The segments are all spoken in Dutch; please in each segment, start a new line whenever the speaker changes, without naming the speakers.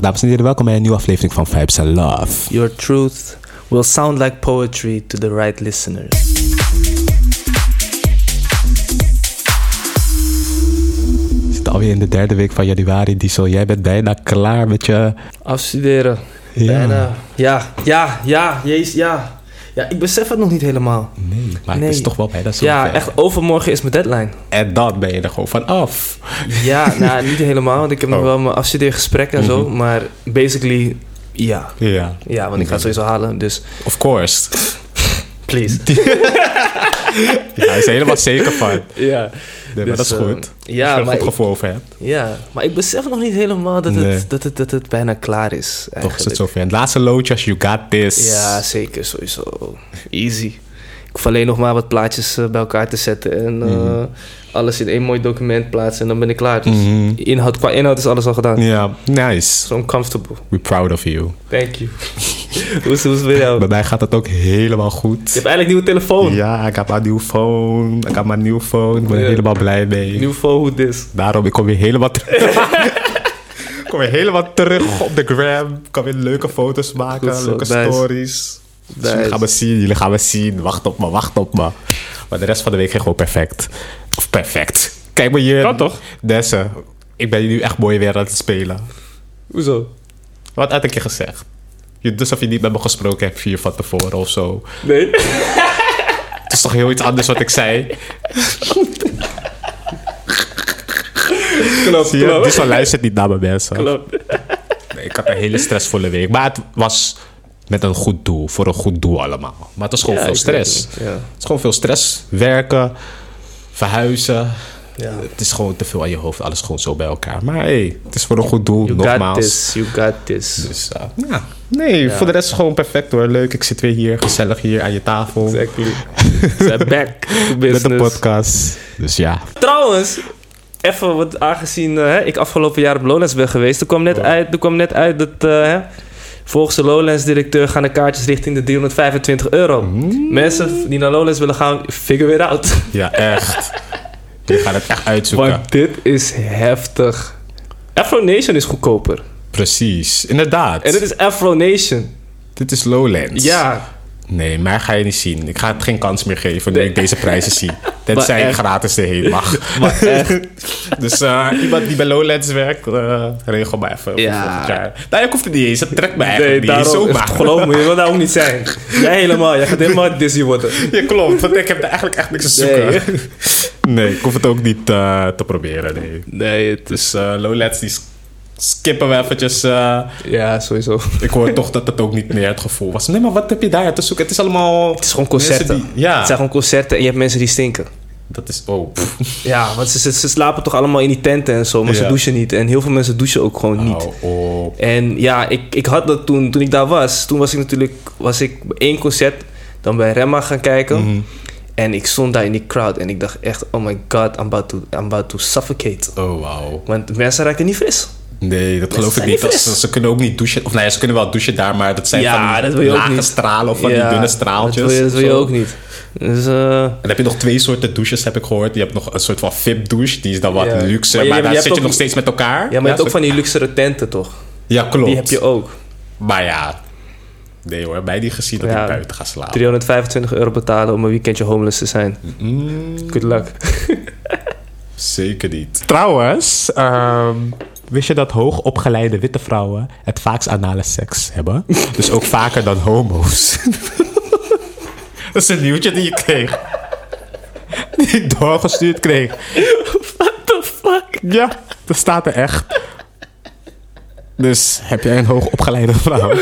dames en heren. Welkom bij een nieuwe aflevering van Vibes and Love.
Your truth will sound like poetry to the right listeners.
We zitten alweer in de derde week van januari, Diesel. Jij bent bijna klaar met je...
Afstuderen.
Ja.
Bijna. Ja, ja, ja, jezus, ja. Ja, ik besef het nog niet helemaal.
Nee, maar
Nee.
het is toch wel bijna zo
Ja,
ver.
echt overmorgen is mijn deadline.
En dan ben je er gewoon van af.
Ja, nou, niet helemaal, want ik heb nog
Oh. Mhm.
wel mijn afstudeergesprek en zo. Maar basically, ja.
Ja,
Ja, want ik ga
Mhm.
het sowieso halen, dus
of course.
please.
Ja, hij is er helemaal zeker van. Nee,
Ja,
maar dat is
eh,
goed. Als je
ja,
er een
maar
goed
ik,
gevoel over hebt.
ja, maar ik besef nog niet helemaal dat het,
Nee.
dat het, dat het bijna klaar is.
Toch is
Eigenlijk.
het zover. En het laatste loodje als You Got This.
Ja, zeker, sowieso. Easy. Ik hoef alleen nog maar wat plaatjes eh, bij elkaar te zetten en eh,
Mhm.
alles in één mooi document plaatsen en dan ben ik klaar. Dus
Mhm.
inhoud, qua inhoud is alles al gedaan.
Ja, nice.
So I'm comfortable.
We're proud of you.
Thank you. hoe is hoe is het met jou?
Bij mij gaat het ook helemaal goed.
Je hebt eigenlijk nieuwe telefoon.
Ja, ik heb mijn nieuwe phone. Ik heb mijn nieuwe phone. Ik ben er
Ja.
helemaal blij mee.
Nieuwe phone, hoe dit?
Daarom, ik kom weer helemaal terug. ik kom weer helemaal terug op de gram. Ik kan weer leuke foto's maken,
Goed zo,
leuke
nice.
stories. Dus jullie
Nice.
gaan me zien, jullie gaan me zien. Wacht op me, wacht op me. Maar de rest van de week ging gewoon perfect. Of perfect. Kijk maar hier.
Kan toch?
Dessen, ik ben nu echt mooi weer aan het spelen.
Hoezo?
Wat had ik je gezegd? Je, dus of je niet met me gesproken hebt vier van tevoren of zo.
Nee.
Het is toch heel iets anders wat ik zei?
Klopt,
Zie je?
klopt.
Dus luistert niet naar mijn mensen.
Klopt.
Nee, ik had een hele stressvolle week. Maar het was met een goed doel. Voor een goed doel allemaal. Maar het was gewoon
Ja,
veel
ik weet
stress.
het. Ja.
Het is gewoon veel stress. Werken, verhuizen.
Ja.
Het is gewoon te veel aan je hoofd. Alles gewoon zo bij elkaar. Maar hey, het is voor een goed doel.
You got
nogmaals.
this, you got this.
Dus eh, ja. Nee, voor de rest gewoon perfect hoor. Leuk. Ik zit weer hier gezellig hier aan je tafel.
Exactly. Zijn back to
Met de
business.
podcast. Dus ja.
Trouwens, even wat aangezien eh, hè, ik afgelopen jaar op Lowlands ben geweest. Er kwam net uit, er kwam net uit dat eh, hè, volgens de Lowlands-directeur gaan de kaartjes richting de 325 euro. Mensen die naar Lowlands willen gaan, figure it out.
Ja, echt. Je gaat het echt uitzoeken.
Want dit is heftig. Afro Nation is goedkoper.
Precies. Inderdaad.
En dit is Afro Nation.
Dit is Lowlands.
Ja,
Nee, mij ga je niet zien. Ik ga het geen kans meer geven nu ik deze prijzen zie. Tenzij
Maar
ik
echt.
gratis erheen mag.
maar echt.
Dus eh, iemand die bij Lowlands werkt, eh, regel maar even. voor
Ja.
volgend jaar. Nou, ik hoef het niet eens. Dat trekt me
Nee,
eigenlijk niet eens.
daarom,
Zomaar.
geloof me, je wil daar ook niet zijn. Jij helemaal, jij gaat helemaal Disney worden.
Je klopt, want ik heb er eigenlijk echt niks te zoeken.
Nee.
Nee, ik hoef het ook niet eh, te proberen, nee.
Nee, het is...
Dus eh, Lowlands, die s- skippen we eventjes. eh.
Ja, sowieso.
ik hoor toch dat het ook niet meer het gevoel was. Nee, maar wat heb je daar te zoeken? Het is allemaal...
Het is gewoon concerten.
mensen die- ja.
Het zijn gewoon concerten en je hebt mensen die stinken.
Dat is... Oh, pff.
Ja, want ze, ze, ze slapen toch allemaal in die tenten en zo, maar ze
Ja. Oh.
douchen niet. En heel veel mensen douchen ook gewoon niet.
Hou op.
En ja, ik, ik had dat toen, toen ik daar was. Toen was ik natuurlijk was ik bij één concert, dan bij Remma gaan kijken.
Mhm.
En ik stond daar in die crowd en ik dacht echt, oh my god, I'm about to, I'm about to suffocate.
Oh, wauw.
Want mensen raakten niet fris.
Nee, dat geloof ik
zijn
niet.
niet
Dat
fris.
ze, ze kunnen ook niet douchen. Of nee, ze kunnen wel douchen daar, maar dat zijn
Ja,
van die
dat wil je ook
lage
niet.
stralen of van
Ja,
die dunne straaltjes.
Dat wil je, dat wil je
Zo.
ook niet. Dus, eh,
En dan heb je nog twee soorten douches, heb ik gehoord. Je hebt nog een soort van VIP-douche, die is dan wat
Ja.
luxe.
Maar
Maar,
je- je
daar
hebt
zit je
ook-
nog steeds met elkaar.
ja, maar je hebt ook
zo-
van die luxere tenten toch?
Ja, klopt.
Die heb je ook.
Maar ja, nee hoor, bij die gezien dat
Ja.
ik buiten ga slapen.
325 euro betalen om een weekendje homeless te zijn.
Mm.
Good luck.
Zeker niet. Trouwens, ehm, wist je dat hoogopgeleide witte vrouwen het vaakst anale seks hebben? dus ook vaker dan homo's. dat is een nieuwtje die ik kreeg. Die ik doorgestuurd kreeg. What the fuck? Ja, dat staat er echt. Dus heb jij een hoogopgeleide vrouw?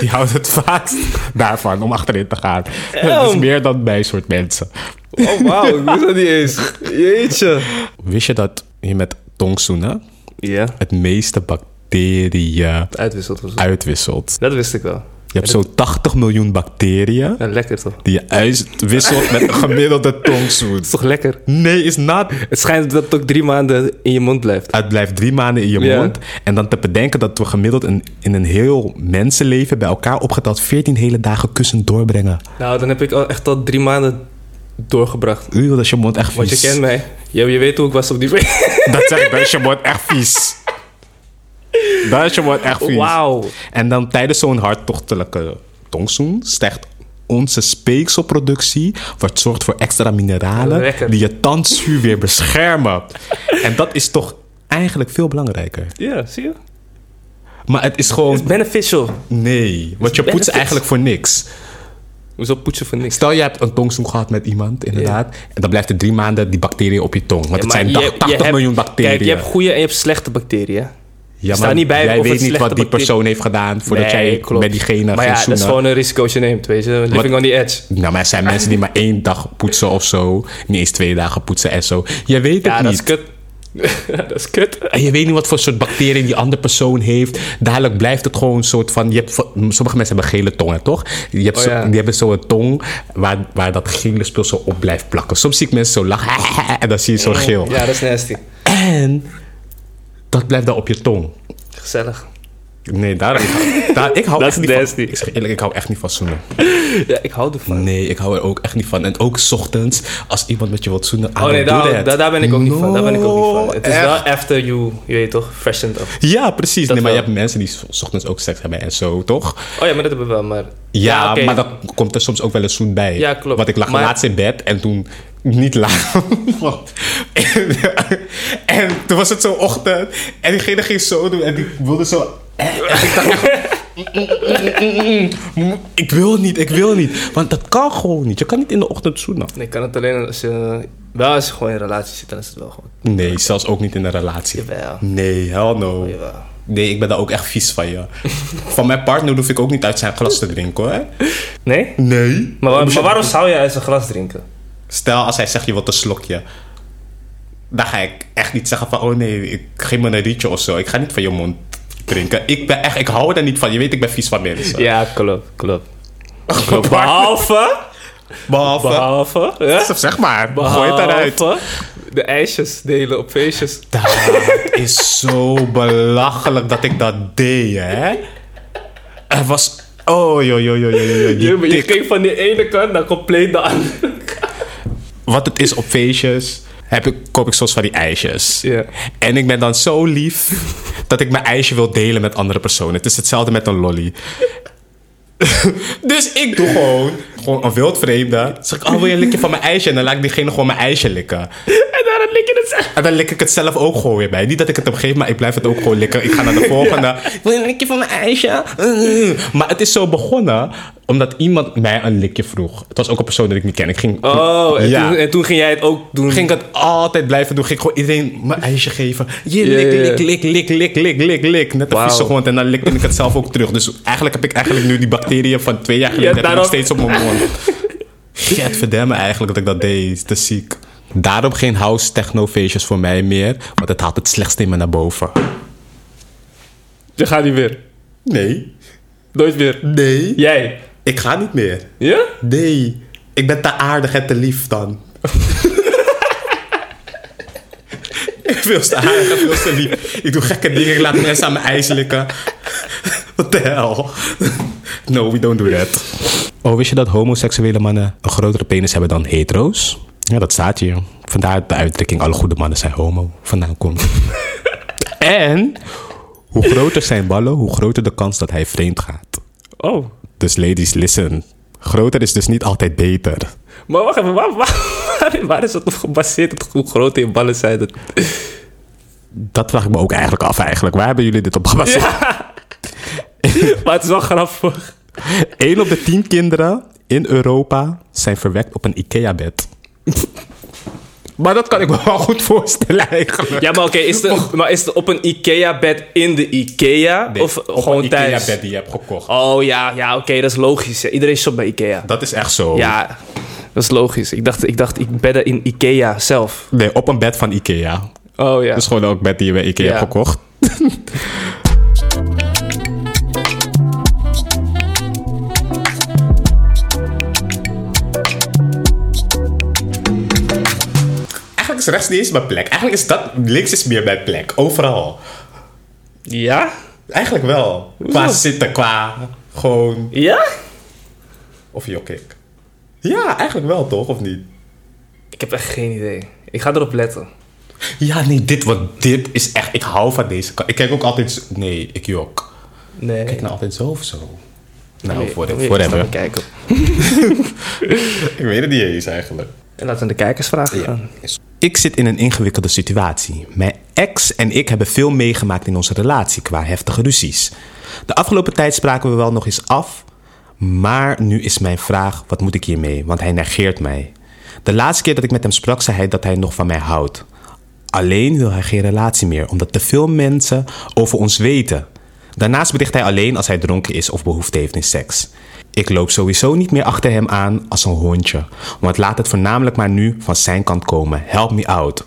Die houdt het vaakst daarvan om achterin te gaan. Dat is
Damn.
meer dan bij soort mensen.
Oh, wauw, ik wist dat niet eens. Jeetje.
Wist je dat je met tongzoenen
Ja,
het meeste bacteriën
uitwisselt of zo.
uitwisselt?
Dat wist ik wel.
Je hebt zo'n 80 miljoen bacteriën
Ja, lekker toch? Het
die je uitwisselt met een gemiddelde tongzoen.
is toch lekker?
Nee, is not.
Het schijnt dat het ook drie maanden in je mond blijft.
Het blijft drie maanden in je
Ja.
mond. En dan te bedenken dat we gemiddeld een, in een heel mensenleven bij elkaar opgeteld 14 hele dagen kussen doorbrengen.
Nou, dan heb ik al echt al drie maanden doorgebracht.
Uw, dat is je mond echt
Want
vies.
je kent mij. Je, je weet hoe ik was op die week.
Dat zeg ik, dat is je mond echt vies. Dan is je wordt echt vies.
Wauw.
En dan tijdens zo'n hartstochtelijke tongzoen stijgt onze speekselproductie, wat zorgt voor extra mineralen
Lekker.
die je tandzuur weer beschermen. en dat is toch eigenlijk veel belangrijker.
Ja, zie je?
Maar het is
Het is
gewoon,
beneficial.
nee, want je poetst
benefits.
eigenlijk voor niks.
Hoezo poetsen voor niks?
Stel, je hebt een tongzoen gehad met iemand, inderdaad. En dan blijft er drie maanden die bacteriën op je tong. Want het
Ja, maar
zijn
je- je
80
hebt-
miljoen bacteriën.
Kijk, je hebt goede en je hebt slechte bacteriën. hè?
ja,
staat niet bij of
jij
het
weet niet
slechte
wat die
bacteriën-
persoon heeft gedaan voordat
Nee,
jij
klopt.
met diegene
Maar
ging
ja, dat is
zoenen.
gewoon een risico dat je neemt, weet je. Living on the edge.
Nou, maar er zijn mensen die maar één dag poetsen of zo. Niet eens twee dagen poetsen en zo. Je weet het
Ja, dat
niet.
is kut. dat is kut.
En je weet niet wat voor soort bacteriën die andere persoon heeft. Dadelijk blijft het gewoon een soort van... Je hebt, van- sommige mensen hebben gele tongen, toch? Je hebt
Oh,
zo,
ja.
Die hebben zo'n tong waar, waar dat gele spul zo op blijft plakken. Soms zie ik mensen zo lachen en dan zie je zo'n geel.
Ja, dat is nasty.
En dat blijft dan op je tong.
Gezellig.
Nee, daar, daar ik hou
Dat
echt
is
niet van.
nasty.
Ik zeg eerlijk, ik hou echt niet van zoenen.
Ja, ik hou ervan.
Nee, ik hou er ook echt niet van. En ook 's ochtends, als iemand met je wilt zoenen, I
Oh nee,
don't do
daar,
that.
daar, daar ben ik ook niet van. Daar ben ik ook niet van.
No,
Het is
echt.
wel after you, je weet toch, freshened up.
Ja, precies.
Dat
nee, maar je
wel.
hebt mensen die 's ochtends ook seks hebben en zo, toch?
Oh ja, maar dat hebben we wel, maar...
Ja,
oké.
maar dan komt er soms ook wel een zoen bij.
Ja, klopt.
Want ik lag
Maar-
laatst in bed en toen niet laat. want- en, en toen was het zo'n ochtend en diegene ging zo doen en die wilde zo. En ik dacht echt, Ik wil niet, ik wil niet. Want dat kan gewoon niet. Je kan niet in de ochtend zoenen.
Nee, ik kan het alleen als je... Wel, als je gewoon in een relatie zit, dan is het wel gewoon...
Nee, zelfs ook niet in een relatie.
Jawel.
Nee, hell no.
Jawel.
Nee, ik ben daar ook echt vies van, ja. Van mijn partner hoef ik ook niet uit zijn glas te drinken, hoor.
Nee?
Nee.
Maar, wa- maar waarom zou je uit zijn glas drinken?
Stel, als hij zegt, je wilt een slokje. Dan ga ik echt niet zeggen van, oh nee, ik geef me een rietje of zo. Ik ga niet van je mond drinken. Ik, ben echt, ik hou er niet van. Je weet, ik ben vies van mensen.
Ja, klopt, klopt.
Behalve,
Behalve...
behalve,
Behalve... Ja?
zeg maar, gooi het eruit.
Behalve... De ijsjes delen op feestjes.
Ah, Het is zo belachelijk dat ik dat deed, hè. Er was, oh joh, joh, joh, joh, joh, joh, die
Je, je
tik.
ging van die ene kant naar compleet de andere.
wat het is op feestjes, heb ik, koop ik soms van die ijsjes.
Ja.
En ik ben dan zo lief dat ik mijn ijsje wil delen met andere personen. Het is hetzelfde met een lolly. dus ik doe gewoon, gewoon een wildvreemde. Zeg ik, oh wil je een likje van mijn ijsje? En dan laat ik diegene gewoon mijn ijsje likken.
En daar lik je het zelf.
En dan lik ik het zelf ook gewoon weer bij. Niet dat ik het hem geef, maar ik blijf het ook gewoon likken. Ik ga naar de volgende. Wil je een likje van mijn ijsje? Mm. Maar het is zo begonnen omdat iemand mij een likje vroeg. Het was ook een persoon die ik niet ken. Ik ging,
Oh, en,
Ja
toen, en toen ging jij het ook doen.
ging ik het altijd blijven doen. Ging ik gewoon iedereen mijn ijsje geven. Je
Ja,
lik,
ja, ja.
lik, lik, lik, lik, lik, lik, lik. Net een
Wauw.
vieze hond. En dan likte ik het zelf ook terug. Dus eigenlijk heb ik eigenlijk nu die bacteriën van twee jaar geleden heb ik nog
daarom-
steeds op mijn mond. Get verdamme eigenlijk dat ik dat deed. Te ziek. Daarom geen house techno feestjes voor mij meer. Want het haalt het slechtste in me naar boven.
Je gaat niet meer.
Nee.
Nooit meer.
Nee.
Jij.
Ik ga niet meer.
Ja?
Nee, ik ben te aardig en te lief dan. ik wil te aardig en veel te lief. Ik doe gekke dingen, ik laat mensen aan mijn ijs likken. What the hell? no, we don't do that. Oh, wist je dat homoseksuele mannen een grotere penis hebben dan hetero's? Ja, dat staat hier. Vandaar de uitdrukking alle goede mannen zijn homo vandaan komt. en hoe groter zijn ballen, hoe groter de kans dat hij vreemd gaat.
Oh.
Dus ladies, listen. Groter is dus niet altijd beter.
Maar wacht even, waar, waar, waar- waar is dat op gebaseerd? Dat hoe groot die ballen zijn? Dat...
Dat vraag ik me ook eigenlijk af eigenlijk. Waar hebben jullie dit op gebaseerd?
Maar het is wel grappig.
1 op de 10 kinderen in Europa zijn verwekt op een IKEA-bed. maar dat kan ik me wel goed voorstellen eigenlijk.
Ja, maar oké, is de- maar is het op een Ikea-bed in de Ikea? of gewoon thuis?
IKEA-bed die je hebt gekocht.
Oh ja, ja oké, dat is logisch. hè. Iedereen shopt bij Ikea.
Dat is echt zo.
Ja, dat is logisch. Ik dacht, ik dacht, ik bedden in Ikea zelf.
Nee, op een bed van IKEA.
Oh ja.
Dat is gewoon ook bed die je bij IKEA
Ja.
hebt gekocht. Eigenlijk is rechts niet eens mijn plek. Eigenlijk is dat links is meer mijn plek. Overal.
Ja?
Eigenlijk wel. Qua zitten, qua gewoon.
Ja?
Of jok ik. Ja, eigenlijk wel toch, of niet?
Ik heb echt geen idee. Ik ga erop letten.
Ja, nee, dit, wat, dit is echt... Ik hou van deze kant. Ik kijk ook altijd... zo- Nee, ik jok.
Nee.
Ik kijk nou altijd zo of zo. Nou,
Nee,
voor
moet je
whatever. whatever.
eerst even kijken.
Ik weet het niet eens eigenlijk.
En laten we de kijkers vragen.
Ja. Ik zit in een ingewikkelde situatie. Mijn ex en ik hebben veel meegemaakt in onze relatie qua heftige ruzies. De afgelopen tijd spraken we wel nog eens af. Maar nu is mijn vraag: wat moet ik hiermee? Want hij negeert mij. De laatste keer dat ik met hem sprak, zei hij dat hij nog van mij houdt. Alleen wil hij geen relatie meer, omdat te veel mensen over ons weten. Daarnaast bericht hij alleen als hij dronken is of behoefte heeft in seks. Ik loop sowieso niet meer achter hem aan als een hondje, want laat het voornamelijk maar nu van zijn kant komen. Help me out.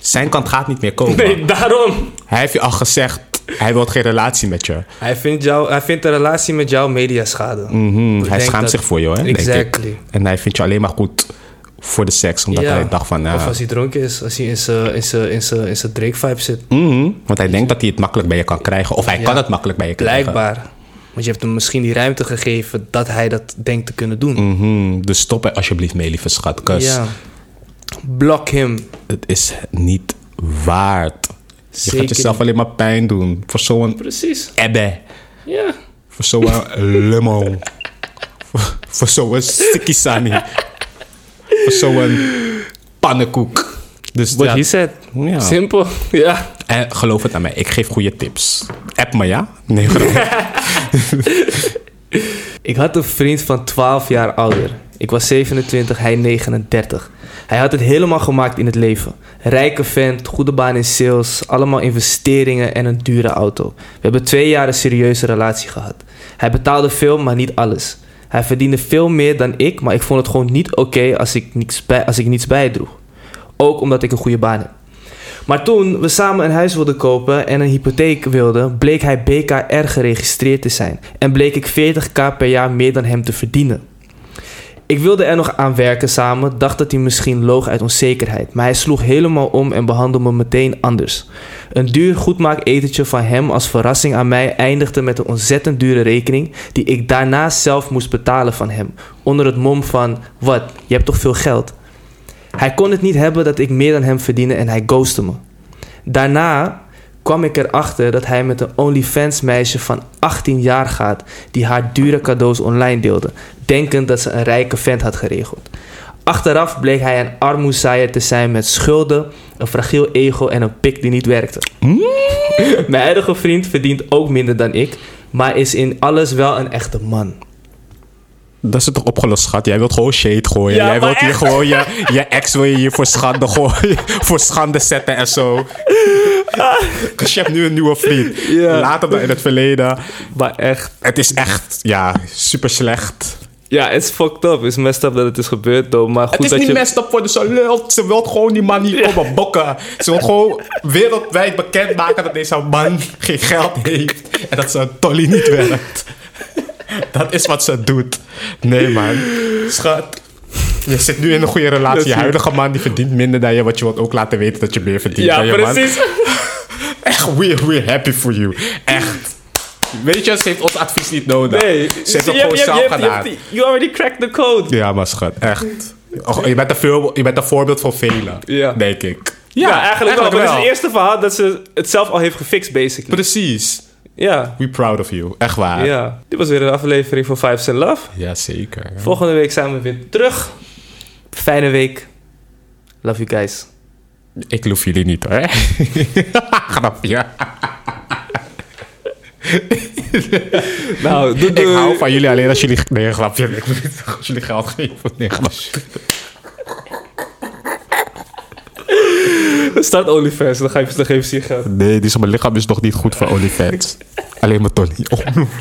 Zijn kant gaat niet meer komen.
Nee, daarom.
Hij heeft je al gezegd, hij wil geen relatie met je.
Hij vindt, jou, hij vindt de relatie met jou mediaschade.
Mhm,
Ik
hij
denk
schaamt
dat-
zich voor jou, hè? denk ik.
Exactly.
En hij vindt je alleen maar goed voor de seks, omdat
Ja.
hij dacht van... eh, nou- ja.
Of als hij dronken is, als hij in zijn- in zijn- in zijn- in zijn Drake-vibe zit.
Mhm, want hij denkt dat hij het makkelijk bij je kan krijgen. Of hij
Ja.
kan het makkelijk bij je krijgen.
Blijkbaar. Want je hebt hem misschien die ruimte gegeven dat hij dat denkt te kunnen doen.
Mhm, Dus stop er alsjeblieft mee, lieve schat. 'cause
Ja. Block him.
het is niet waard. Je
Zeker
gaat jezelf
niet.
alleen maar pijn doen. Voor zo'n
Precies.
ebbe.
Ja.
Voor zo'n limo. voor, voor zo'n sikisani. voor zo'n pannenkoek. Dus
What
ja.
he said.
Ja.
Simpel. Ja.
En geloof het aan mij, ik geef goede tips. App me, ja? Nee, grap.
Ik had een vriend van 12 jaar ouder. Ik was 27, hij 39. Hij had het helemaal gemaakt in het leven. Rijke vent, goede baan in sales, allemaal investeringen en een dure auto. We hebben twee jaar een serieuze relatie gehad. Hij betaalde veel, maar niet alles. Hij verdiende veel meer dan ik, maar ik vond het gewoon niet oké als, ik niets bij- als ik niets bijdroeg. Ook omdat ik een goede baan heb. Maar toen we samen een huis wilden kopen en een hypotheek wilden, bleek hij BKR geregistreerd te zijn. En bleek ik 40k per jaar meer dan hem te verdienen. Ik wilde er nog aan werken samen, dacht dat hij misschien loog uit onzekerheid. Maar hij sloeg helemaal om en behandelde me meteen anders. Een duur goedmaak etentje van hem als verrassing aan mij eindigde met een ontzettend dure rekening die ik daarna zelf moest betalen van hem. Onder het mom van, wat, je hebt toch veel geld? Hij kon het niet hebben dat ik meer dan hem verdiende en hij ghostte me. Daarna kwam ik erachter dat hij met een OnlyFans meisje van 18 jaar gaat die haar dure cadeaus online deelde, denkend dat ze een rijke vent had geregeld. Achteraf bleek hij een armoezaaier te zijn met schulden, een fragiel ego en een pik die niet werkte. Mijn huidige vriend verdient ook minder dan ik, maar is in alles wel een echte man.
Dat is het toch opgelost, schat? Jij wilt gewoon shade gooien.
Ja,
Jij
maar
wilt hier
echt.
gewoon je, je ex wil je hier voor schande gooien. voor schande zetten en zo. Dus je hebt nu een nieuwe vriend.
Ja.
Later dan in het verleden.
Maar echt,
Het is echt, ja, super slecht.
ja, het is fucked up. Het is messed up dat het is gebeurd, though. Maar goed
het is
dat
niet
je...
messed up voor de zo lult. Ze wil gewoon die man niet komen bokken. Ze wil gewoon wereldwijd bekendmaken dat deze man geen geld heeft. En dat zijn tolly niet werkt. Dat is wat ze doet. Nee, man. Schat. Je zit nu in een goede
Dat
relatie.
is
Je
niet-
huidige man die verdient minder dan je. Wat je wilt ook laten weten dat je meer verdient
Ja,
dan je man.
precies.
Echt, we're, we're happy for you. Echt. Weet je, ze heeft ons advies niet nodig.
Nee,
Ze heeft het gewoon zelf gedaan.
You already cracked the code.
Ja, maar schat, echt. Och, je, bent een veel, je bent een voorbeeld voor velen,
Ja.
denk ik.
Ja, eigenlijk, wel. Het is het eerste verhaal dat ze het zelf al heeft gefixt, basically.
Precies.
Ja.
We proud of you. Echt waar.
ja. Dit was weer een aflevering van Fives and Love.
Jazeker. Ja.
Volgende week zijn we weer terug. Fijne week. Love you guys.
Ik loof jullie niet hoor. Grapje.
Nou, doei
Ik hou van jullie alleen als jullie... Nee, grapje. Ik bedoel niet Als jullie geld geven. Nee, grapje.
Start OnlyFans, dan ga je nog even zien gaan.
Nee, die is, mijn lichaam is nog niet goed voor OnlyFans. alleen mijn Tony. Oh.